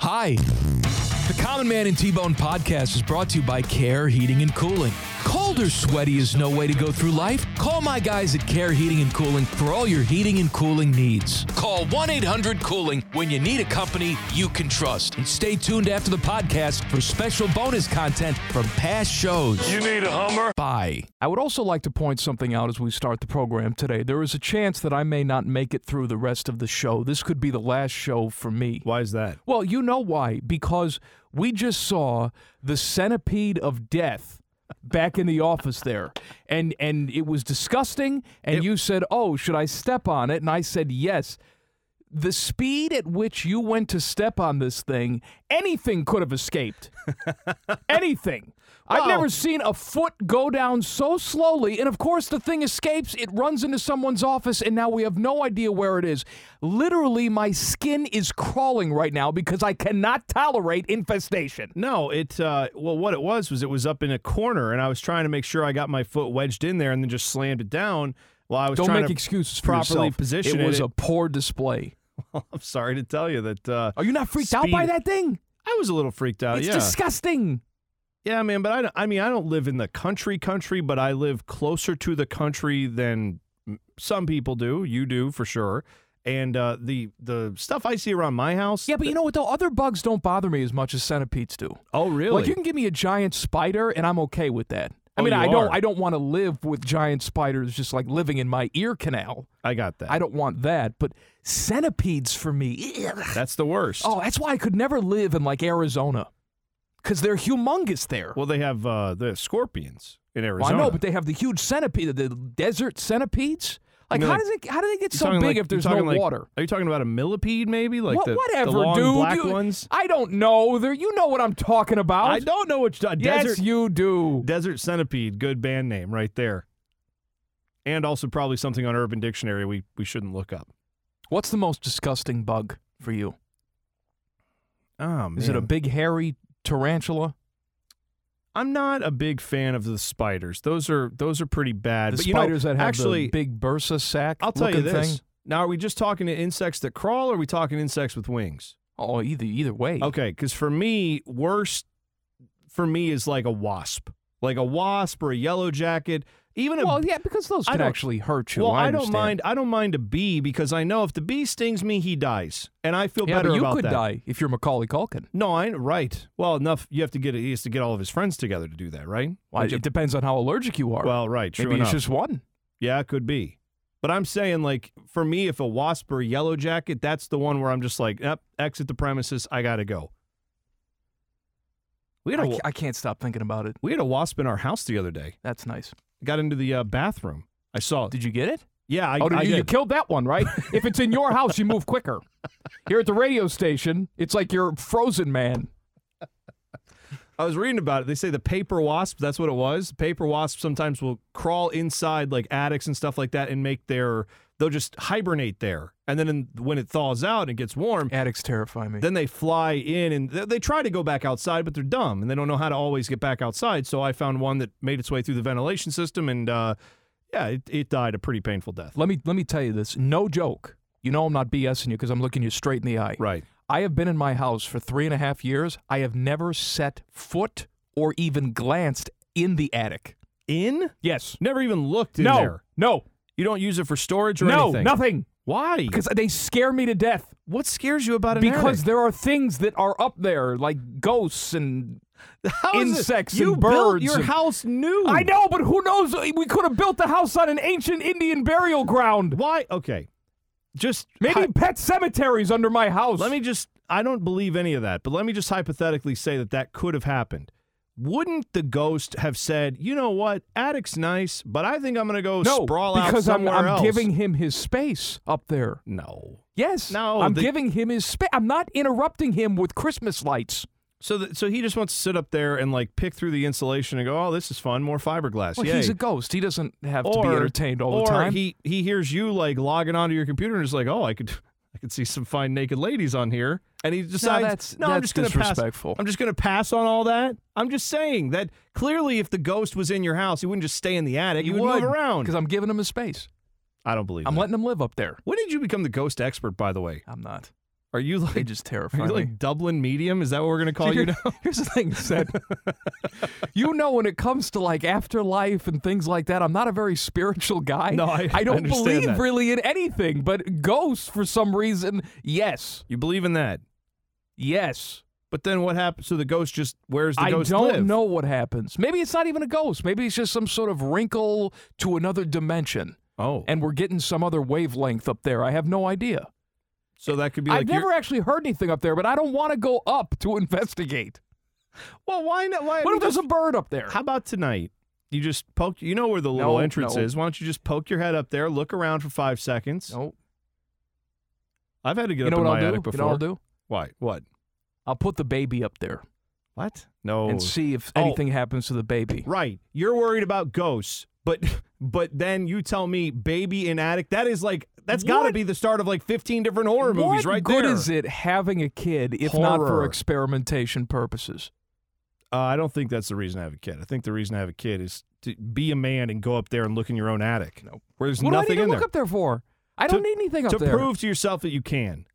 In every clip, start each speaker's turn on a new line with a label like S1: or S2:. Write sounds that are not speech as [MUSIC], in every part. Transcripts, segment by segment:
S1: Hi. The Common Man and T Bone podcast is brought to you by Care Heating and Cooling. Cold or sweaty is no way to go through life. Call my guys at Care Heating and Cooling for all your heating and cooling needs. Call 1 800 Cooling when you need a company you can trust. And stay tuned after the podcast for special bonus content from past shows.
S2: You need a Hummer?
S1: Bye. I would also like to point something out as we start the program today. There is a chance that I may not make it through the rest of the show. This could be the last show for me.
S3: Why is that?
S1: Well, you know why? Because we just saw the centipede of death back in the office there. And and it was disgusting and you said, "Oh, should I step on it?" And I said, "Yes." The speed at which you went to step on this thing, anything could have
S3: [LAUGHS]
S1: escaped. anything. I've
S3: Wow.
S1: never seen a foot go down so slowly. And of course, the thing escapes. It runs into someone's office, and now we have no idea where it is. Literally, my skin is crawling right now because I cannot tolerate infestation.
S3: No, it uh well what it was was it was up in a corner and I was trying to make sure I got my foot wedged in there and then just slammed it down while I was
S1: Don't
S3: trying
S1: make
S3: to
S1: excuses for
S3: properly
S1: yourself.
S3: position
S1: It
S3: it.
S1: was a poor display.
S3: [LAUGHS] I'm sorry to tell you that uh
S1: Are you not freaked out by
S3: Speed.
S1: that thing?
S3: I was a little freaked out.
S1: It's
S3: yeah.
S1: disgusting.
S3: yeah, man, but I don't- I mean I don't live in the country country, but I live closer to the country than m- some people do. You do for sure. And uh the the stuff I see around my house
S1: Yeah, but you know what though? Other bugs don't bother me as much as centipedes do.
S3: Oh, really?
S1: Like you can give me a giant spider, and I'm okay with that. I
S3: Oh,
S1: mean,
S3: you
S1: I don't,
S3: are.
S1: I don't want to live with giant spiders just like living in my ear canal.
S3: I got that.
S1: I don't want that. But centipedes for me, ugh.
S3: That's the worst.
S1: oh, that's why I could never live in like Arizona, because they're humongous there.
S3: Well, they have uh the scorpions in
S1: Well,
S3: Arizona.
S1: I know, but they have the huge centipede, the desert centipedes. Like,
S3: mean,
S1: how
S3: like-
S1: does it? How do they get
S3: You're
S1: so
S3: talking
S1: big if
S3: like- you're
S1: there's no
S3: talking like-
S1: water?
S3: Are you talking about a millipede, maybe? Like
S1: What-
S3: the, the
S1: whatever,
S3: long
S1: dude.
S3: black
S1: You-
S3: ones?
S1: I don't know. There, you know what I'm talking about.
S3: I don't know which uh,
S1: Yes,
S3: desert
S1: you do.
S3: desert centipede. Good band name right there. And also probably something on Urban Dictionary we we shouldn't look up.
S1: What's the most disgusting bug for you?
S3: Oh man,
S1: Is it a big hairy tarantula?
S3: I'm not a big fan of the spiders. Those are those are pretty bad.
S1: The
S3: Uh, but
S1: spiders
S3: you know,
S1: that have
S3: actually,
S1: the big bursa sack.
S3: I'll tell you
S1: looking
S3: this.
S1: Thing?
S3: Now, are we just talking to insects that crawl, or are we talking insects with wings?
S1: Oh, either either way.
S3: Okay, because for me, worst for me is like a wasp, like a wasp or a yellow jacket, even a
S1: Well, yeah, because those
S3: I
S1: can
S3: don't-
S1: actually hurt you.
S3: Well,
S1: I,
S3: I, don't
S1: understand.
S3: mind. I don't mind a bee because I know if the bee stings me, he dies, and I feel
S1: Yeah,
S3: better
S1: but you
S3: about
S1: could
S3: that.
S1: die if you're Macaulay Culkin.
S3: No, I right. Well, enough. You have to get. He has to get all of his friends together to do that, right?
S1: Well,
S3: Would you-
S1: it depends on how allergic you are.
S3: well, right. True
S1: Maybe
S3: enough.
S1: it's just one.
S3: yeah, it could be. But I'm saying, like, for me, if a wasp or a yellow jacket, that's the one where I'm just like, yep, exit the premises. I gotta go. We had
S1: I,
S3: a
S1: ca- I can't stop thinking about it.
S3: we had a wasp in our house the other day.
S1: That's nice.
S3: Got into the uh, bathroom. I saw.
S1: Did you get it?
S3: yeah, I,
S1: oh,
S3: I
S1: you, you
S3: did.
S1: killed that one,
S3: [LAUGHS]
S1: right? if it's in your house, you move quicker. Here at the radio station, it's like you're frozen man.
S3: I was reading about it. They say the paper wasp, that's what it was. Paper wasps sometimes will crawl inside like attics and stuff like that and make their they'll just hibernate there. And then in, when it thaws out and gets warm,
S1: Addicts terrify me.
S3: then they fly in and they, they try to go back outside, but they're dumb and they don't know how to always get back outside. So I found one that made its way through the ventilation system and uh yeah, it, it died a pretty painful death.
S1: let me let me tell you this. No joke. You know I'm not BSing you because I'm looking you straight in the eye.
S3: Right.
S1: I have been in my house for three and a half years. I have never set foot or even glanced in the attic.
S3: In?
S1: Yes.
S3: Never even looked in
S1: no.
S3: there.
S1: No.
S3: You don't use it for storage or
S1: no.
S3: anything.
S1: Nothing.
S3: Why?
S1: Because they scare me to death.
S3: What scares you about an attic?
S1: Because there are things that are up there, like ghosts and.
S3: How is it-
S1: insects
S3: you
S1: and
S3: built
S1: birds
S3: your
S1: and-
S3: house new.
S1: I know, but who knows? We could have built the house on an ancient Indian burial ground.
S3: Why? Okay. Just
S1: Maybe
S3: hy-
S1: pet cemeteries under my house.
S3: let me just. I don't believe any of that, but let me just hypothetically say that that could have happened. Wouldn't the ghost have said, "You know what? Attic's nice, but I think I'm going to go
S1: no,
S3: sprawl out
S1: because I'm,
S3: somewhere
S1: I'm
S3: else."
S1: giving him his space up there.
S3: no.
S1: Yes.
S3: No,
S1: I'm
S3: the-
S1: giving him his space. I'm not interrupting him with Christmas lights.
S3: So, th- so he just wants to sit up there and like pick through the insulation and go, "Oh, this is fun. More fiberglass.
S1: Well,
S3: Yay."
S1: he's a ghost. He doesn't have to be
S3: Or-
S1: entertained all
S3: or
S1: the time.
S3: he he hears you like logging onto your computer and is like, "Oh, I could I could see some fine naked ladies on here," and he decides,
S1: that's-
S3: "No, I'm
S1: that's
S3: just going to pass.
S1: disrespectful.
S3: I'm just going to pass on all that." I'm just saying that clearly, if the ghost was in your house, he wouldn't just stay in the attic. He, would, move
S1: because
S3: around.
S1: I'm giving him his space.
S3: I don't believe.
S1: I'm
S3: that.
S1: letting him live up there.
S3: when did you become the ghost expert? By the way,
S1: I'm not.
S3: Are you
S1: They
S3: like
S1: just
S3: are
S1: terrify
S3: you
S1: me.
S3: like Dublin medium? Is that what we're gonna [LAUGHS]
S1: [LAUGHS]
S3: call you
S1: Here-
S3: now?
S1: Here's the thing,
S3: [LAUGHS]
S1: Seth. you know, when it comes to like afterlife and things like that, I'm not a very spiritual guy.
S3: No, I- I
S1: don't
S3: understand
S1: believe
S3: that.
S1: really in anything, but ghosts, for some reason, yes,
S3: You believe in that.
S1: yes.
S3: But then what happens? So the ghost just where's the
S1: I
S3: ghost
S1: don't
S3: live?
S1: know what happens. Maybe it's not even a ghost. Maybe it's just some sort of wrinkle to another dimension,
S3: Oh,
S1: and we're getting some other wavelength up there. I have no idea.
S3: so that could be like
S1: I've
S3: your-
S1: never actually heard anything up there, but I don't want to go up to [LAUGHS] investigate.
S3: Well, why not? Why? I
S1: What
S3: mean,
S1: if there's a bird up there?
S3: How about tonight? You just poke. You know where the little
S1: No,
S3: entrance
S1: no.
S3: is. Why don't you just poke your head up there, look around for five seconds?
S1: No.
S3: I've had to get
S1: You
S3: up
S1: know
S3: in
S1: what
S3: my
S1: I'll do?
S3: attic
S1: You
S3: before.
S1: know what I'll do?
S3: Why? What?
S1: I'll put the baby up there.
S3: What? No.
S1: and see if
S3: Oh.
S1: anything happens to the baby.
S3: right. You're worried about ghosts, but [LAUGHS] but then you tell me baby in attic. That is like that's got to
S1: What?
S3: be the start of like 15 different horror movies
S1: what
S3: right
S1: good
S3: there.
S1: is it having a kid if not for
S3: Horror.
S1: experimentation purposes?
S3: Uh, I don't think that's the reason I have a kid. I think the reason I have a kid is to be a man and go up there and look in your own attic. No. Where there's
S1: What
S3: nothing
S1: do I need to
S3: in
S1: look
S3: there.
S1: up there for? I don't
S3: To-
S1: need anything up
S3: to
S1: there.
S3: prove to yourself that you can.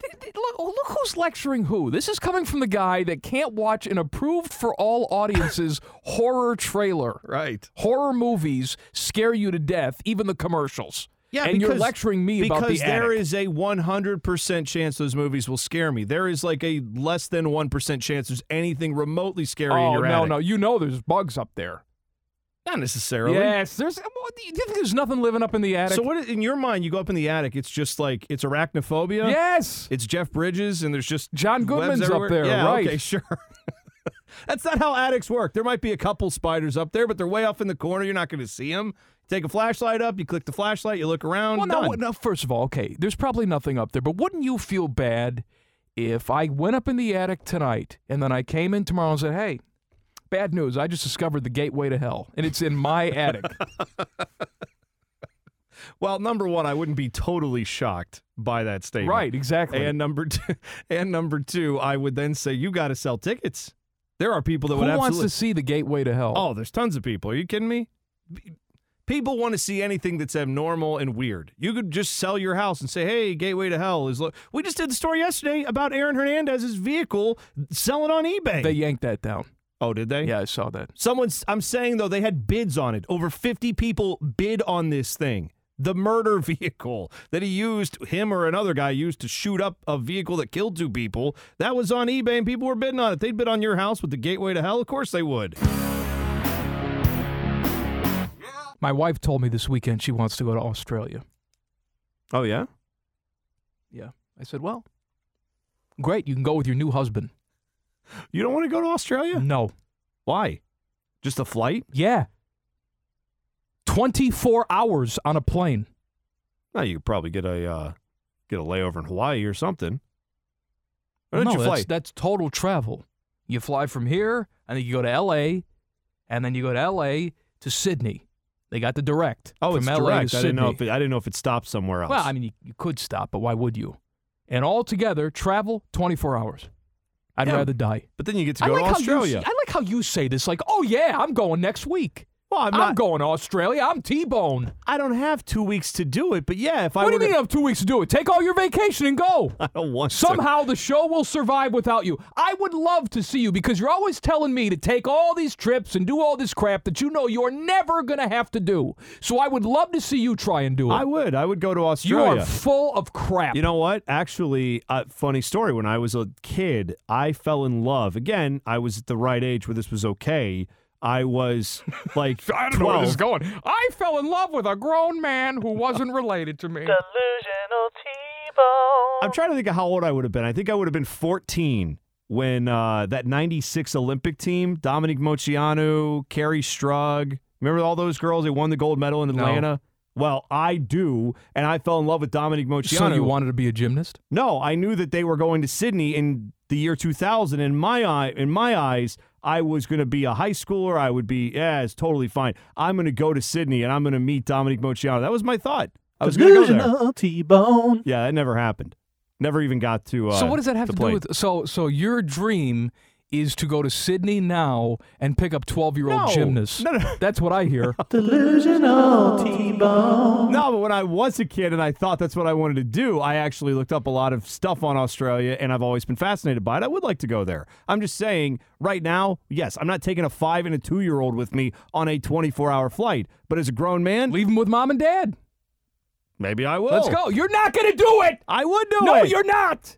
S1: Th- th- look, oh, look who's lecturing who. This is coming from the guy that can't watch an approved for all audiences [LAUGHS] horror trailer.
S3: Right.
S1: Horror movies scare you to death, even the commercials.
S3: Yeah,
S1: and you're
S3: because-
S1: lecturing me
S3: because
S1: about the
S3: there
S1: attic.
S3: is a 100% chance those movies will scare me. There is like a less than 1% chance there's anything remotely scary in
S1: Oh
S3: your
S1: no,
S3: attic.
S1: no, you know there's bugs up there.
S3: Not necessarily.
S1: Yes, there's. what, do You think there's nothing living up in the attic?
S3: So what in your mind you go up in the attic it's just like it's arachnophobia?
S1: yes.
S3: It's Jeff Bridges and there's [LAUGHS] just
S1: John
S3: webs
S1: Goodman's up
S3: everywhere.
S1: there,
S3: Yeah,
S1: right.
S3: okay, [LAUGHS] sure. That's not how attics work. There might be a couple spiders up there, but they're way off in the corner. You're not going to see them. Take a flashlight up. You click the flashlight. You look around.
S1: Well, now,
S3: done.
S1: what- now, first of all, okay, there's probably nothing up there, but wouldn't you feel bad if I went up in the attic tonight and then I came in tomorrow and said, hey, bad news, I just discovered the gateway to hell, and it's in
S3: [LAUGHS]
S1: my attic.
S3: Well, number one, I wouldn't be totally shocked by that statement.
S1: right, exactly.
S3: And number two, [LAUGHS] and number two, I would then say you got to sell tickets. There are people that
S1: Who
S3: would
S1: wants
S3: absolutely.
S1: to see the gateway to hell?
S3: oh, there's tons of people. Are you kidding me? B- People want to see anything that's abnormal and weird. You could just sell your house and say, "Hey, Gateway to Hell is." Lo-. We just did the story yesterday about Aaron Hernandez's vehicle selling on eBay.
S1: They yanked that down.
S3: oh, did they?
S1: Yeah, I saw that.
S3: Someone's I'm saying though they had bids on it. Over 50 people bid on this thing. The murder [LAUGHS] vehicle that he used, him or another guy used to shoot up a vehicle that killed two people. That was on eBay and people were bidding on it. They'd bid on your house with the gateway to hell. Of course they would.
S1: My wife told me this weekend she wants to go to Australia.
S3: Oh yeah?
S1: Yeah. I said, well, great, you can go with your new husband.
S3: You don't want to go to Australia?
S1: No.
S3: Why? Just a flight?
S1: Yeah. 24 hours on a plane.
S3: No, you could probably get a uh, get a layover in Hawaii or something. Why
S1: Well,
S3: don't
S1: no,
S3: you
S1: that's,
S3: fly?
S1: that's total travel. You fly from here, and then you go to L.A., and then you go to L.A. to Sydney. They got the direct.
S3: oh,
S1: from
S3: it's
S1: LA
S3: direct.
S1: To
S3: I
S1: Sydney.
S3: didn't know if it, I didn't know if it stopped somewhere else.
S1: well, I mean, you, you could stop, but why would you? And altogether, travel 24 hours. I'd
S3: Yeah,
S1: rather die.
S3: but then you get to
S1: I
S3: go
S1: like,
S3: to
S1: how you,
S3: Australia.
S1: s- I like how you say this, like, oh, yeah, I'm going next week.
S3: well, I'm
S1: I'm,
S3: not
S1: going to Australia. I'm T-Bone.
S3: I don't have two weeks to do it, but yeah, if I
S1: What do
S3: were
S1: you mean
S3: to,
S1: I have two weeks to do it? Take all your vacation and go.
S3: [LAUGHS] I don't want
S1: Somehow the show will survive without you. I would love to see you because you're always telling me to take all these trips and do all this crap that you know you're never going to have to do. So I would love to see you try and do
S3: To.
S1: it.
S3: I would. I would go to
S1: you
S3: Australia.
S1: are full of crap.
S3: you know what? Actually, uh, funny story. When I was a kid, I fell in love. Again, I was at the right age where this was okay. I
S1: [LAUGHS]
S3: was like
S1: I don't know where
S3: 12.
S1: this is going. I fell in love with a grown man who wasn't related to me.
S4: Delusional T-Bone.
S3: I'm trying to think of how old I would have been. I think I would have been 14 when uh, that 96 Olympic team, Dominic Mociano, Carrie Strug, remember all those girls? They won the gold medal in Atlanta. Well, I do, and I fell in love with Dominic Mociano.
S1: wanted to be a gymnast?
S3: No, I knew that they were going to Sydney in the year 2000. In my eye, in my eyes, I was going to be a high schooler. I would be, yeah, it's totally fine. I'm going to go to Sydney and I'm going to meet Dominic Mociano. That was my thought. I was going to go there.
S4: Delusional T-Bone.
S3: Yeah, that never happened. Never even got to. Uh,
S1: so what does that have
S3: the
S1: to
S3: plane.
S1: do with so so your dream
S5: is to go to Sydney now and pick up 12 year old
S6: No.
S5: gymnasts.
S6: No, no.
S5: That's what I
S1: [LAUGHS]
S5: hear.
S7: Delusional T-Bone.
S6: No, but when I was a kid and I thought that's what I wanted to do, I actually looked up a lot of stuff on Australia and I've always been fascinated by it. I would like to go there. I'm just saying, right now, yes, I'm not taking a five and a two year old with me on a 24 hour flight, but as a grown man,
S5: Leave them with mom and dad.
S6: maybe I will.
S5: Let's go. You're not going to do it.
S6: I would do
S5: Oh. No,
S6: it.
S5: you're not.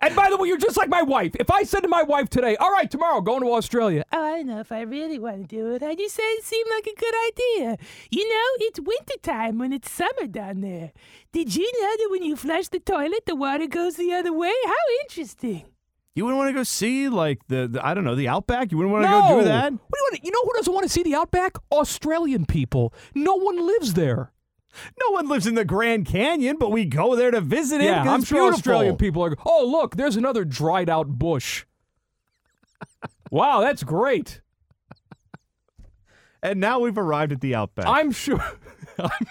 S5: And by the way, you're just like my wife. If I said to my wife today, all right, tomorrow, going to Australia,
S4: Oh, I don't know if I really want to do it. I just said it seemed like a good idea. You know, it's wintertime when it's summer down there. Did you know that when you flush the toilet, the water goes the other way? How interesting.
S6: You wouldn't want to go see, like, the, the I don't know, the Outback? You wouldn't want to
S5: no.
S6: go do
S5: What
S6: that?
S5: do you, want you know who doesn't want to see the Outback? Australian people. No one lives there.
S6: No one lives in the Grand Canyon, but we go there to visit it.
S5: Yeah,
S6: because
S5: I'm
S6: it's
S5: sure
S6: beautiful.
S5: Australian people are. Oh, look, there's another dried out bush. [LAUGHS] wow, that's great.
S6: And now we've arrived at the Outback.
S5: I'm sure. I'm-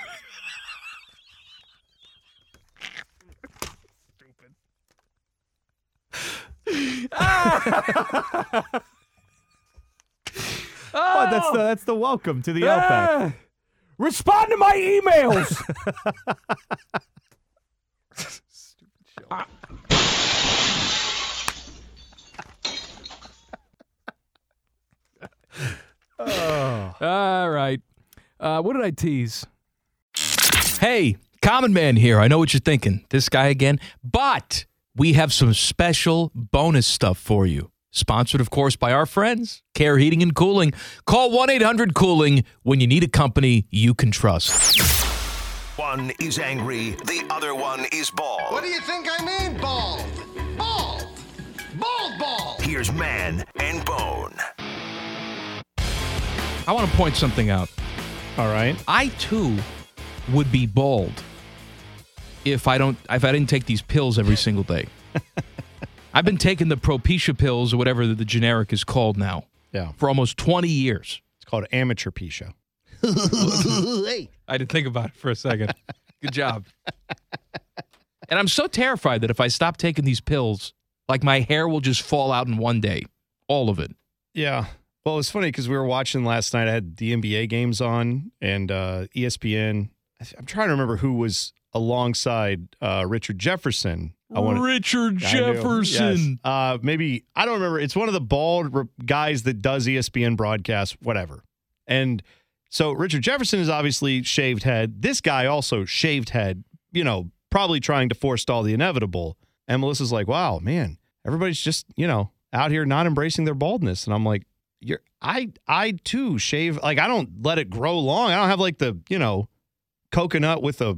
S6: But that's
S5: Oh!
S6: the that's the welcome to the Outback.
S5: Ah! Respond to my
S6: [LAUGHS]
S5: emails.
S6: [LAUGHS] Oh.
S5: All right. Uh, what did I tease?
S1: Hey, Common Man here. I know what you're thinking. This guy again. But we have some special bonus stuff for you. Sponsored, of course, by our friends, Care Heating and Cooling. Call 1 800 Cooling when you need a company you can trust.
S8: One is angry, the other one is bald.
S9: What do you think I mean, bald? Bald! Bald, bald!
S8: Here's Man and Bone.
S1: I want to point something out.
S5: Ah!
S6: All right.
S1: I too would be bald if I don't if I didn't take these pills every single day. [LAUGHS] I've been taking the Propecia pills or whatever the generic is called now
S3: Yeah.
S1: for almost 20 years.
S3: It's called amateur pisha.
S1: I didn't think about it for a
S3: [LAUGHS]
S1: second. Good job. And I'm so terrified that if I stop taking these pills, like my hair will just fall out in one day, all of it.
S3: Yeah. Well, it was funny because we were watching last night. I had the NBA games on and uh, ESPN. I th- I'm trying to remember who was alongside uh, Richard Jefferson. I wanted
S1: Richard
S3: I knew. Yes. Uh, maybe I don't remember. It's one of the bald re- guys that does E ESPN broadcasts, whatever. And so Richard Jefferson is obviously shaved head. This guy also shaved head. You know, probably trying to forestall the inevitable. And Melissa's like, "Wow, man, everybody's just you know out here not embracing their baldness." And I'm like, "You're I I too shave. Like I don't let it grow long. I don't have like the you know coconut with a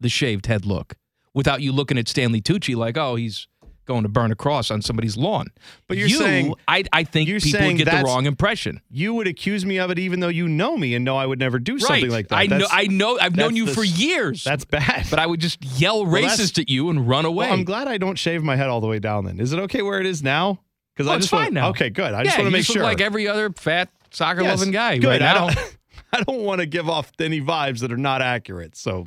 S1: the shaved head look without you looking at Stanley Tucci like, oh, he's going to burn a cross on somebody's lawn.
S3: But you're
S1: You,
S3: saying-
S1: I, I think
S3: you're
S1: people
S3: saying
S1: would get the
S3: that's-
S1: wrong impression.
S3: you would accuse me of it even though you know me and know I would never do something like that.
S1: I know.
S3: That's-
S1: I know. I've known
S3: that's
S1: you
S3: the
S1: for
S3: s-
S1: years.
S3: That's bad.
S1: but I would just yell
S3: that's-
S1: racist at you and run away.
S3: [LAUGHS] well, I'm glad I don't shave my head all the way down then. Is it okay where it is now? Because
S1: Oh,
S3: I
S1: it's
S3: just wanna-
S1: fine now.
S3: Okay, good. I
S1: yeah,
S3: just want to
S1: you
S3: make
S1: just
S3: sure.
S1: look like every other fat soccer
S3: Yes,
S1: loving guy
S3: Good.
S1: right
S3: I
S1: now.
S3: don't, [LAUGHS] I don't want to give off any vibes that are not accurate. So